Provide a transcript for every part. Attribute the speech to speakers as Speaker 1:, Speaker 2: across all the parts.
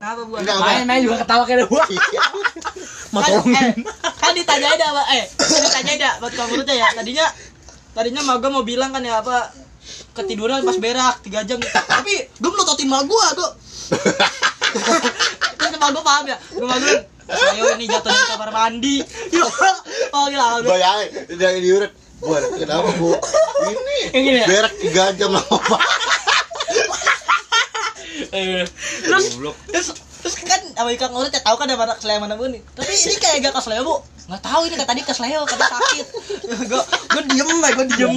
Speaker 1: Kenapa buat?
Speaker 2: Enggak,
Speaker 3: Main main juga ketawa kayak wah.
Speaker 2: Iya.
Speaker 3: Mau
Speaker 1: kan,
Speaker 3: tolongin.
Speaker 1: eh, kan ditanyain dah Pak. eh kan ditanyain dah buat kamu tuh ya tadinya tadinya mah gua mau bilang kan ya apa ketiduran pas berak tiga jam tapi gua melototin mal gua gua itu mal gua paham ya gua mal gua ayo ini jatuh di kamar mandi yuk oh gila gua.
Speaker 2: Bayangin dari diurut. Bu, anak kenapa bu? Ini
Speaker 1: Iya.
Speaker 3: Yang gini ya?
Speaker 2: berak tiga jam lama banget.
Speaker 3: Eh,
Speaker 1: terus
Speaker 3: Goblok.
Speaker 1: terus terus kan sama Ika ngurut ya tahu kan ada anak seleo mana pun nih tapi ini kayak gak ke seleo bu nggak tahu ini kata tadi ke seleo kata sakit gua gua diem lah gua diem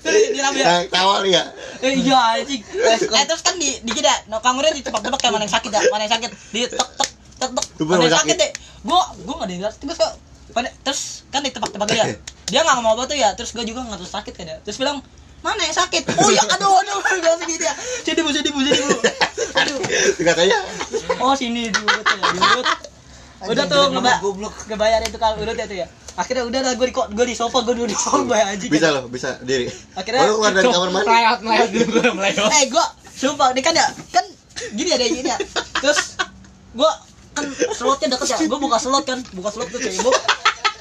Speaker 1: terus dirap ya
Speaker 2: Yang tawa nih ya.
Speaker 1: eh iya anjing eh terus kan di di kita no kangurin ditebak-tebak kayak mana yang sakit ya mana yang sakit di tek tek tek tek
Speaker 2: Tuh,
Speaker 1: mana yang
Speaker 2: sakit.
Speaker 1: sakit deh gua gua nggak dengar terus kok pada terus kan ditebak-tebak dia dia nggak mau obat tuh ya terus gua juga nggak tahu sakit kan ya terus bilang mana yang sakit oh ya aduh aduh gak sini dia jadi bu jadi bu jadi bu aduh
Speaker 2: Katanya
Speaker 1: oh sini diurut ya diurut udah tuh nggak ngebayar itu kalau urut ya tuh ya akhirnya udah lah gue di gue di sofa gue duduk di sofa anjing
Speaker 2: bisa loh, bisa diri.
Speaker 1: Akhirnya-
Speaker 2: Baru keluar dari kamar mandi.
Speaker 3: Melayot melayot dulu gue melayot.
Speaker 1: eh gua sumpah ini kan ya kan gini ada gini ya terus gua kan slotnya deket ya gua buka slot kan buka slot tuh cebok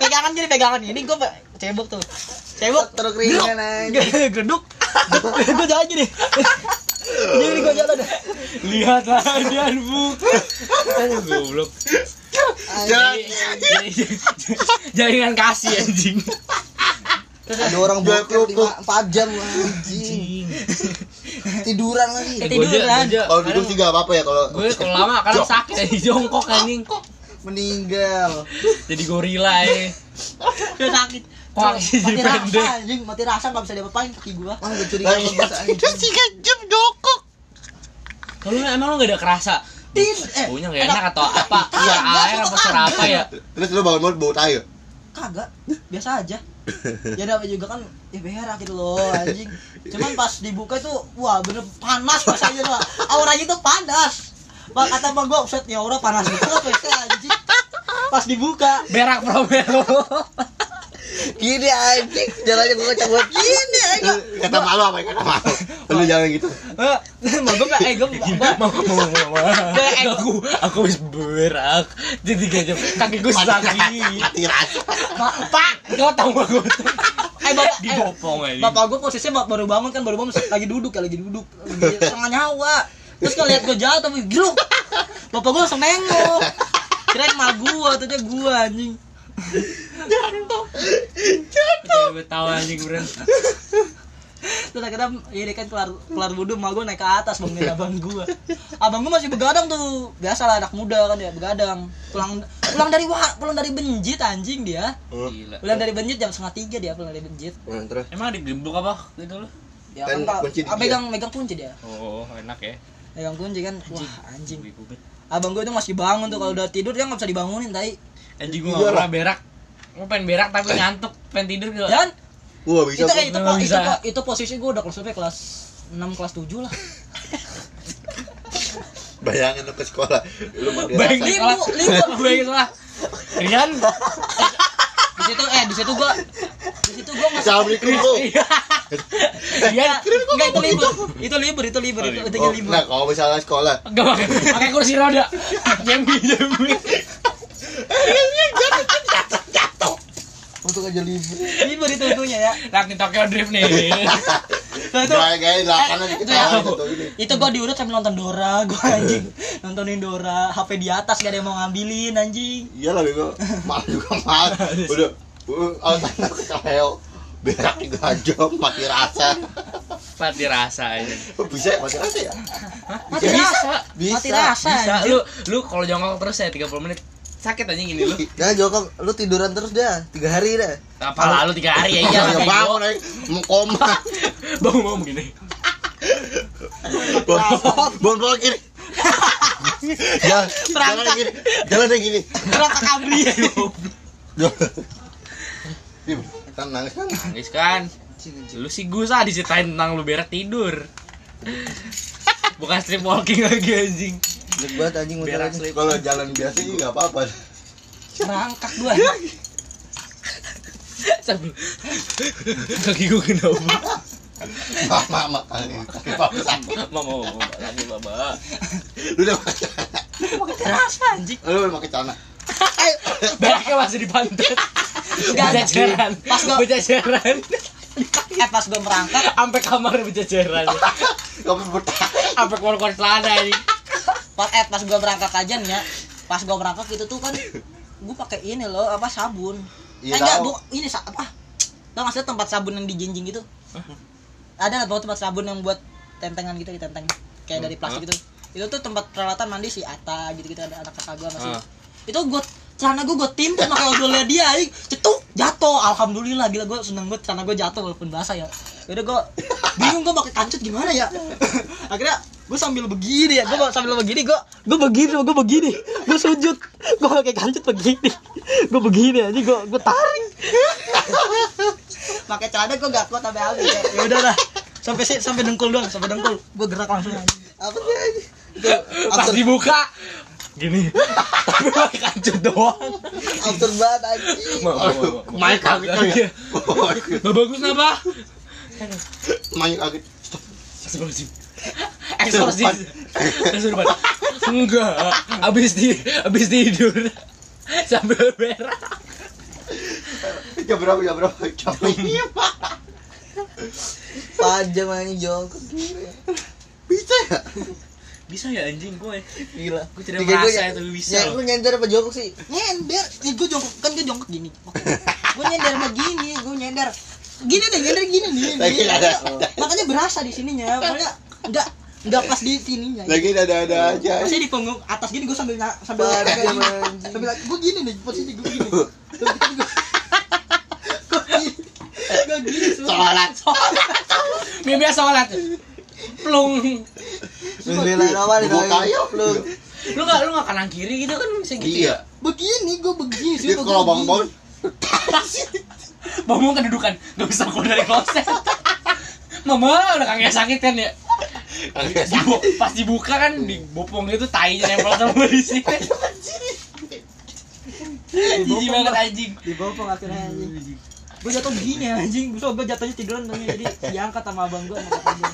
Speaker 1: pegangan gini pegangan gini gua pe- cebok tuh cebok
Speaker 4: Terus
Speaker 3: ya.
Speaker 4: keringan aja.
Speaker 1: geduk gua jalan gini gini gua jalan
Speaker 3: Lihatlah dan buka. Aduh, Goblok.
Speaker 2: Jalan.
Speaker 3: Jaringan kasih anjing.
Speaker 4: Ada orang
Speaker 2: Jual
Speaker 4: boker
Speaker 2: kerupuk.
Speaker 4: 4 jam anjing. Tiduran lagi.
Speaker 1: Ketiduran.
Speaker 2: Kalau duduk sih gak apa-apa ya kalau
Speaker 3: Gue kalau lama kadang sakit jadi jongkok anjing.
Speaker 4: Meninggal.
Speaker 3: Jadi gorila ya.
Speaker 1: udah sakit
Speaker 3: Wah,
Speaker 1: mati
Speaker 3: jadi
Speaker 1: rasa
Speaker 3: pendek.
Speaker 1: anjing mati rasa nggak bisa diapa-apain kaki gua
Speaker 4: Wah, gue curiga
Speaker 2: Lagi
Speaker 4: sama bahasa anjing.
Speaker 3: Kalau lu emang lu gak ada kerasa.
Speaker 1: Tin, eh,
Speaker 3: Baunya gak enak atau apa? Ya
Speaker 1: Kagak,
Speaker 3: air apa
Speaker 1: kagak.
Speaker 3: serapa apa ya?
Speaker 2: Terus lu bangun mulut bau tai. ya?
Speaker 1: kagak biasa aja ya namanya juga kan ya berak gitu loh anjing cuman pas dibuka tuh wah bener panas rasanya tuh auranya tuh panas Bang kata bang gua upset ya aura panas gitu apa itu anjing pas dibuka
Speaker 3: Berak promero.
Speaker 4: Gini anjing, jalannya gue cabut.
Speaker 1: ini
Speaker 4: ya,
Speaker 1: aja
Speaker 2: Kata malu apa ya? kata malu. Lu jangan gitu.
Speaker 1: mau gue nggak eh gue
Speaker 3: Mau mau mau mau. Aku aku habis berak. Jadi gak jam. Kaki gue sakit.
Speaker 2: Mati rasa.
Speaker 3: Pak, kau tahu gak gue?
Speaker 1: eh bapak eh,
Speaker 3: Dibopong anjing.
Speaker 1: bapak gue posisinya baru bangun kan baru bangun lagi duduk ya lagi duduk Lagi setengah nyawa terus kalau lihat gue jatuh tapi geruk bapak gue langsung nengok kirain mah gue ternyata gue anjing
Speaker 3: Jadi gue tahu anjing berat.
Speaker 1: terus akhirnya ini kan kelar kelar wudhu mah gue naik ke atas bangunin abang gue abang gue masih begadang tuh biasa lah anak muda kan ya begadang pulang pulang dari wa pulang dari benjit anjing dia
Speaker 3: Gila.
Speaker 1: pulang dari benjit jam setengah tiga dia pulang dari benjit
Speaker 2: Nah, terus
Speaker 3: Emang digebuk apa gitu lu?
Speaker 1: ya
Speaker 2: Kan
Speaker 1: kan pak
Speaker 2: kunci di
Speaker 1: ah,
Speaker 2: dia.
Speaker 1: megang megang kunci dia
Speaker 3: Oh, enak ya.
Speaker 1: megang kunci kan wah anjing
Speaker 3: Gue kubet.
Speaker 1: abang gue itu masih bangun tuh kalau udah tidur dia nggak bisa dibangunin tai
Speaker 3: Anjing
Speaker 1: Iya,
Speaker 3: gue gak pernah berak. Gue pengen berak tapi ngantuk, pengen tidur gitu. gue.
Speaker 1: dan
Speaker 2: gua bisa.
Speaker 1: itu eh, itu,
Speaker 3: Nggak
Speaker 1: po- itu,
Speaker 3: bisa.
Speaker 1: po- itu posisi gue udah kelas berapa ya? kelas 6 kelas 7 lah
Speaker 2: Bayangin lu ke sekolah. Lu mati
Speaker 3: Bayangin
Speaker 2: rasa.
Speaker 1: Libu,
Speaker 3: sekolah.
Speaker 1: libu.
Speaker 3: Bayangin sekolah. Rian.
Speaker 1: di situ eh di situ gue di situ gue masih
Speaker 2: Assalamualaikum Bu. Iya,
Speaker 3: Rian.
Speaker 1: Enggak itu libur. Itu libur, itu libur,
Speaker 3: Oh,
Speaker 1: itu
Speaker 3: libur.
Speaker 1: itu
Speaker 2: gitu. Oh,
Speaker 1: libur.
Speaker 2: nah, kalau misalnya sekolah,
Speaker 3: Enggak pakai pakai kursi roda. Jambi jambi.
Speaker 4: Untuk aja libur.
Speaker 1: Libur itu itunya ya.
Speaker 3: Lagi Tokyo Drift nih.
Speaker 1: Nah, itu
Speaker 3: Eh,
Speaker 2: gaya-gaya lapangan
Speaker 1: itu
Speaker 2: kita
Speaker 1: ya.
Speaker 2: gitu ini.
Speaker 1: itu gua diurut sambil nonton Dora, gua anjing. Nontonin Dora, HP di atas gak ada yang mau ngambilin anjing.
Speaker 2: Iya lah bego. Mahal juga
Speaker 3: Iya
Speaker 2: mahal. Udah uh, alasan keseleo. Berak tiga jam mati rasa.
Speaker 3: Mati rasa aja.
Speaker 2: Bisa ya mati rasa ya?
Speaker 1: Mati rasa.
Speaker 4: Bisa.
Speaker 1: Mati rasa.
Speaker 3: Bisa
Speaker 1: anjing.
Speaker 3: lu lu kalau jongkok terus ya 30 menit sakit aja gini Iya
Speaker 1: Iya.
Speaker 3: lu.
Speaker 4: Dah Joko, lu tiduran terus dah. Tiga hari dah.
Speaker 3: Apa lalu 3 hari ya iya.
Speaker 2: Iya, ya
Speaker 3: kayak
Speaker 2: bangun eh mau koma.
Speaker 3: gua. Bangun bangun gini.
Speaker 2: Bangun bangun gini. Jalan, jalan gini. Jalan yang gini.
Speaker 1: Kerasa kabri.
Speaker 2: Jalan. Ih, Kan nangis kan.
Speaker 3: Nangis kan. Lu sih Gusa diceritain tentang lu berak tidur. Bukan strip walking lagi anjing.
Speaker 4: Jelek banget anjing motor
Speaker 3: Berak
Speaker 4: ini.
Speaker 3: strip.
Speaker 2: Kalau jalan biasa sih nggak apa-apa.
Speaker 1: Rangkak gua.
Speaker 3: Sambil- Kaki gua kenapa?
Speaker 2: Mama makanya.
Speaker 3: Iya.
Speaker 2: Mama sakit.
Speaker 3: Mama, mama, mama, lagi mama.
Speaker 2: Lu udah makan.
Speaker 3: kerasa anjing
Speaker 2: Lu emang ke tanah.
Speaker 3: beraknya masih di pantat berjajaran
Speaker 1: Pas gua-
Speaker 3: berjajaran
Speaker 1: eh pas gue merangkak
Speaker 3: sampai kamar berjajaran
Speaker 2: Kamu betah.
Speaker 3: sampai keluar-keluar celana anjing
Speaker 1: pas eh pas gue berangkat aja nih ya pas gue berangkat gitu tuh kan gue pakai ini loh apa sabun
Speaker 2: Iya,
Speaker 1: eh enggak
Speaker 2: tahu.
Speaker 1: bu ini sa apa tau nggak sih tempat sabun yang dijinjing gitu ada nggak tau tempat sabun yang buat tentengan gitu ditenteng kayak dari plastik gitu itu tuh tempat peralatan mandi si Ata gitu gitu ada anak kakak gue masih
Speaker 3: Ah.
Speaker 1: itu gue celana gue gue timpuk nah, makanya odolnya dia anjing cetuk jatuh alhamdulillah gila gue seneng banget celana gue jatuh walaupun basah ya udah gue bingung gue pakai kancut gimana ya akhirnya gue sambil begini ya gue sambil begini gue gue begini gue begini gue sujud gue pakai kancut begini gue begini aja gue gue tarik pakai celana gue gak kuat sampai habis ya Ya udah lah sampai sih sampai dengkul doang sampai dengkul gue gerak langsung aja
Speaker 4: Apa sih? anjing?
Speaker 3: pas dibuka gini tapi pakai kancut doang
Speaker 4: Absurd banget anjing.
Speaker 1: Oh,
Speaker 2: Aduh, Main kaget kan ya.
Speaker 3: Iya. Gak bagus apa?
Speaker 2: Main kaget. Stop.
Speaker 3: Eksorsis. Eksorsis. Kesurupan. Enggak. Abis di abis tidur sambil berak.
Speaker 2: Jam berapa? Jam berapa? Jam lima.
Speaker 4: Panjang anjing jongkok.
Speaker 2: Bisa ya?
Speaker 3: Bisa ya anjing gue.
Speaker 4: Gila.
Speaker 3: Gue tidak
Speaker 4: Tiga
Speaker 3: merasa
Speaker 4: gua-
Speaker 3: itu bisa
Speaker 4: Ya,
Speaker 3: loh.
Speaker 4: lu nyender apa jongkok sih?
Speaker 1: nyender ya, gue jongkok kan gue jongkok gini gue nyender mah gini gue nyender gini deh nyender gini nih
Speaker 2: Lagi
Speaker 1: Iya.
Speaker 2: ada.
Speaker 1: makanya berasa di sininya makanya nggak nggak pas di sininya
Speaker 2: Lagi ada-ada aja.
Speaker 1: masih di punggung atas gini gue sambil na- sambil
Speaker 4: Parah,
Speaker 1: kayak gini.
Speaker 4: anjing.
Speaker 1: sambil gue gini nih posisi gue gini gue gini gue gini sumpah.
Speaker 2: Sholat.
Speaker 3: Mimpi sholat. Plung.
Speaker 4: Lu belain awal
Speaker 2: Gua kayu.
Speaker 4: Lu
Speaker 3: Lu gak lu gak kanan kiri gitu kan bisa gitu.
Speaker 2: Iya.
Speaker 1: begini gue begini
Speaker 2: Dia
Speaker 1: sumpah,
Speaker 2: kalau
Speaker 1: gua
Speaker 2: bang bon.
Speaker 1: begini.
Speaker 3: Bangun kedudukan. Gak bisa keluar dari kloset. Mama udah kaget sakit kan ya. Dibu- pas dibuka kan di bopong itu tainya nempel sama di sini. Jijik banget anjing.
Speaker 1: di bawah akhirnya anjing gue jatuh begini anjing gue gue jatuhnya tiduran tapi jadi diangkat sama abang gue sama kakak gua.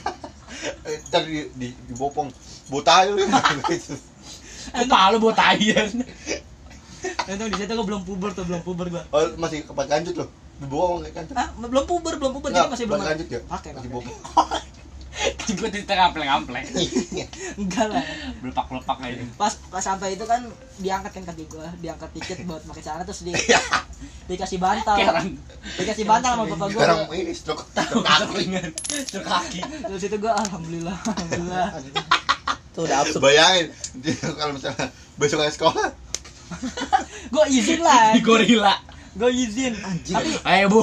Speaker 2: Eh, Ntar di, di, dibopong. Buta lu.
Speaker 3: Kok palu buat taian.
Speaker 1: Untung Nah, di situ gue belum puber tuh, belum puber gue.
Speaker 2: Oh, masih kepat kancut lu. Dibopong kayak kancut.
Speaker 1: Ah, belum puber, belum puber jadi
Speaker 2: Nggak,
Speaker 1: masih belum.
Speaker 2: pas kancut ya?
Speaker 1: Pakai.
Speaker 2: Masih
Speaker 1: pakai.
Speaker 2: bopong.
Speaker 3: Gue di tengah ampleng-ampleng
Speaker 1: Enggak lah.
Speaker 3: Belepak-belepak aja
Speaker 1: Pas pas sampai itu kan diangkat kan kaki gue, diangkat dikit buat pakai celana terus di dikasih bantal.
Speaker 3: Kayak orang
Speaker 1: Dikasih bantal sama bapak gue.
Speaker 2: Sekarang ini stroke. Stroke aku.
Speaker 3: Keringan Terus kaki
Speaker 1: Terus itu gue alhamdulillah, alhamdulillah.
Speaker 4: tuh udah absurd.
Speaker 2: Bayangin dia kalau misalnya besok ke sekolah.
Speaker 1: Gue izin lah.
Speaker 3: Di gorila
Speaker 1: Gue izin. Tapi
Speaker 3: Ayo bu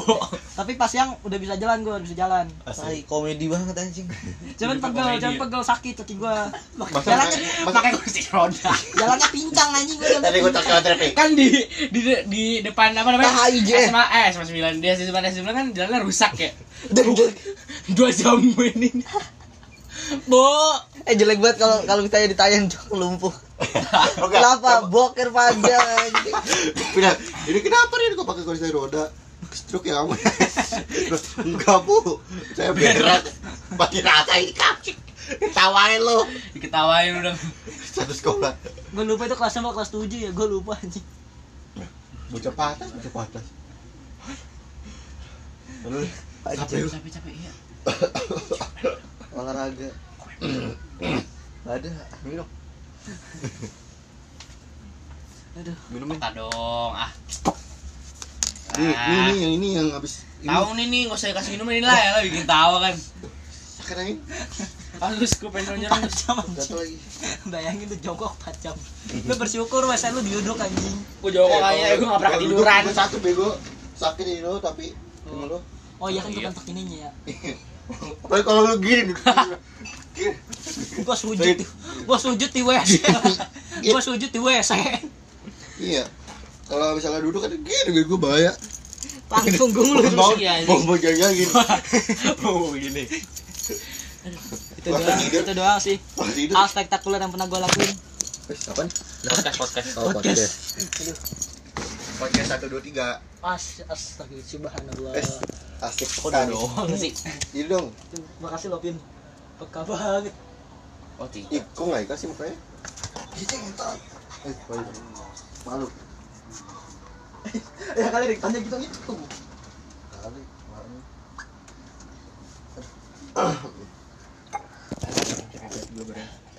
Speaker 1: tapi pas yang udah bisa jalan gue bisa jalan.
Speaker 4: Tai komedi banget anjing.
Speaker 1: Cuman
Speaker 3: Itu
Speaker 1: pegel,
Speaker 3: komedi
Speaker 1: cuman
Speaker 3: ya?
Speaker 1: pegel sakit kaki gue.
Speaker 2: Jalannya
Speaker 1: Jalannya
Speaker 3: Pakai kursi roda
Speaker 1: jalannya pincang anjing gue.
Speaker 2: Tadi gue tak kalah terapi.
Speaker 3: Kan di di, di depan apa namanya
Speaker 4: Ah, IJ.
Speaker 3: SMA Eh SMA 9 Di SMA 9 kan jalannya rusak ya
Speaker 4: Deng, deng.
Speaker 3: Dua jam ini Bu
Speaker 4: Eh jelek banget kalau kalau kita ditayang jongkok lumpuh.
Speaker 2: Oke.
Speaker 4: Kenapa boker panjang anjing?
Speaker 2: Pindah. Ini kenapa nih kok pakai kursi roda? Stroke ya kamu. Terus, Enggak bu, saya berat. Pakai rata ini kaki. Tawain lo.
Speaker 3: Diketawain udah
Speaker 2: Satu sekolah.
Speaker 1: Gue lupa itu kelasnya mau kelas 7 ya, gue lupa anjing.
Speaker 2: Bocah patah, bocah patah. Lalu sampai
Speaker 4: Anjing,
Speaker 3: Capek-capek iya
Speaker 4: olahraga. Gak ada.
Speaker 2: minum,
Speaker 1: Aduh.
Speaker 2: minum nih.
Speaker 3: Minta dong Ah
Speaker 2: Ini, ini, ini yang ini yang habis. Ini
Speaker 3: Tahu nih nih, gak usah dikasih minum ini lah ya, lo bikin tawa kan.
Speaker 2: sakit angin.
Speaker 3: Halus, gue pengen nyerang
Speaker 1: Empat jam
Speaker 4: Satu
Speaker 1: anjing.
Speaker 4: lagi.
Speaker 1: Bayangin tuh jongkok 4 jam. Lu bersyukur wes lu diuduk anjing.
Speaker 3: Gue jongkok
Speaker 2: Eh,
Speaker 3: aja, gue gak pernah
Speaker 2: kalau duduk,
Speaker 3: ketiduran.
Speaker 2: gua Satu bego sakit ini lo tapi cuma lo.
Speaker 1: Oh iya kan
Speaker 3: Iya.
Speaker 1: bukan ininya ya.
Speaker 2: Tapi kalau lu gini,
Speaker 1: Gua sujud. di- Gua sujud di WC. Gua sujud di WC.
Speaker 2: iya. Kalau misalnya duduk kan gini, gue bahaya.
Speaker 1: Langsung gua
Speaker 2: Mau
Speaker 1: ngeluh.
Speaker 2: mau
Speaker 3: iya, iya.
Speaker 2: mau jajan gini.
Speaker 3: Oh, gini.
Speaker 1: Itu doang, itu doang sih.
Speaker 2: Pas tidur.
Speaker 1: Hal spektakuler yang pernah gua lakuin.
Speaker 2: Eh, Apaan?
Speaker 3: Podcast, podcast.
Speaker 4: Oh, podcast.
Speaker 2: Podcast satu dua tiga.
Speaker 1: As astagfirullah subhanallah.
Speaker 2: Eh, asik. Udah dong.
Speaker 3: Oh, sih.
Speaker 2: Iya dong.
Speaker 1: Terima kasih lo Pin. Peka banget.
Speaker 3: Oh, tiga.
Speaker 2: Ih, kok nggak dikasih mukanya? Eh, baik. Malu.
Speaker 1: ya kali Rick, tanya gitu gitu
Speaker 2: Kali kemarin.
Speaker 3: Gue bareng.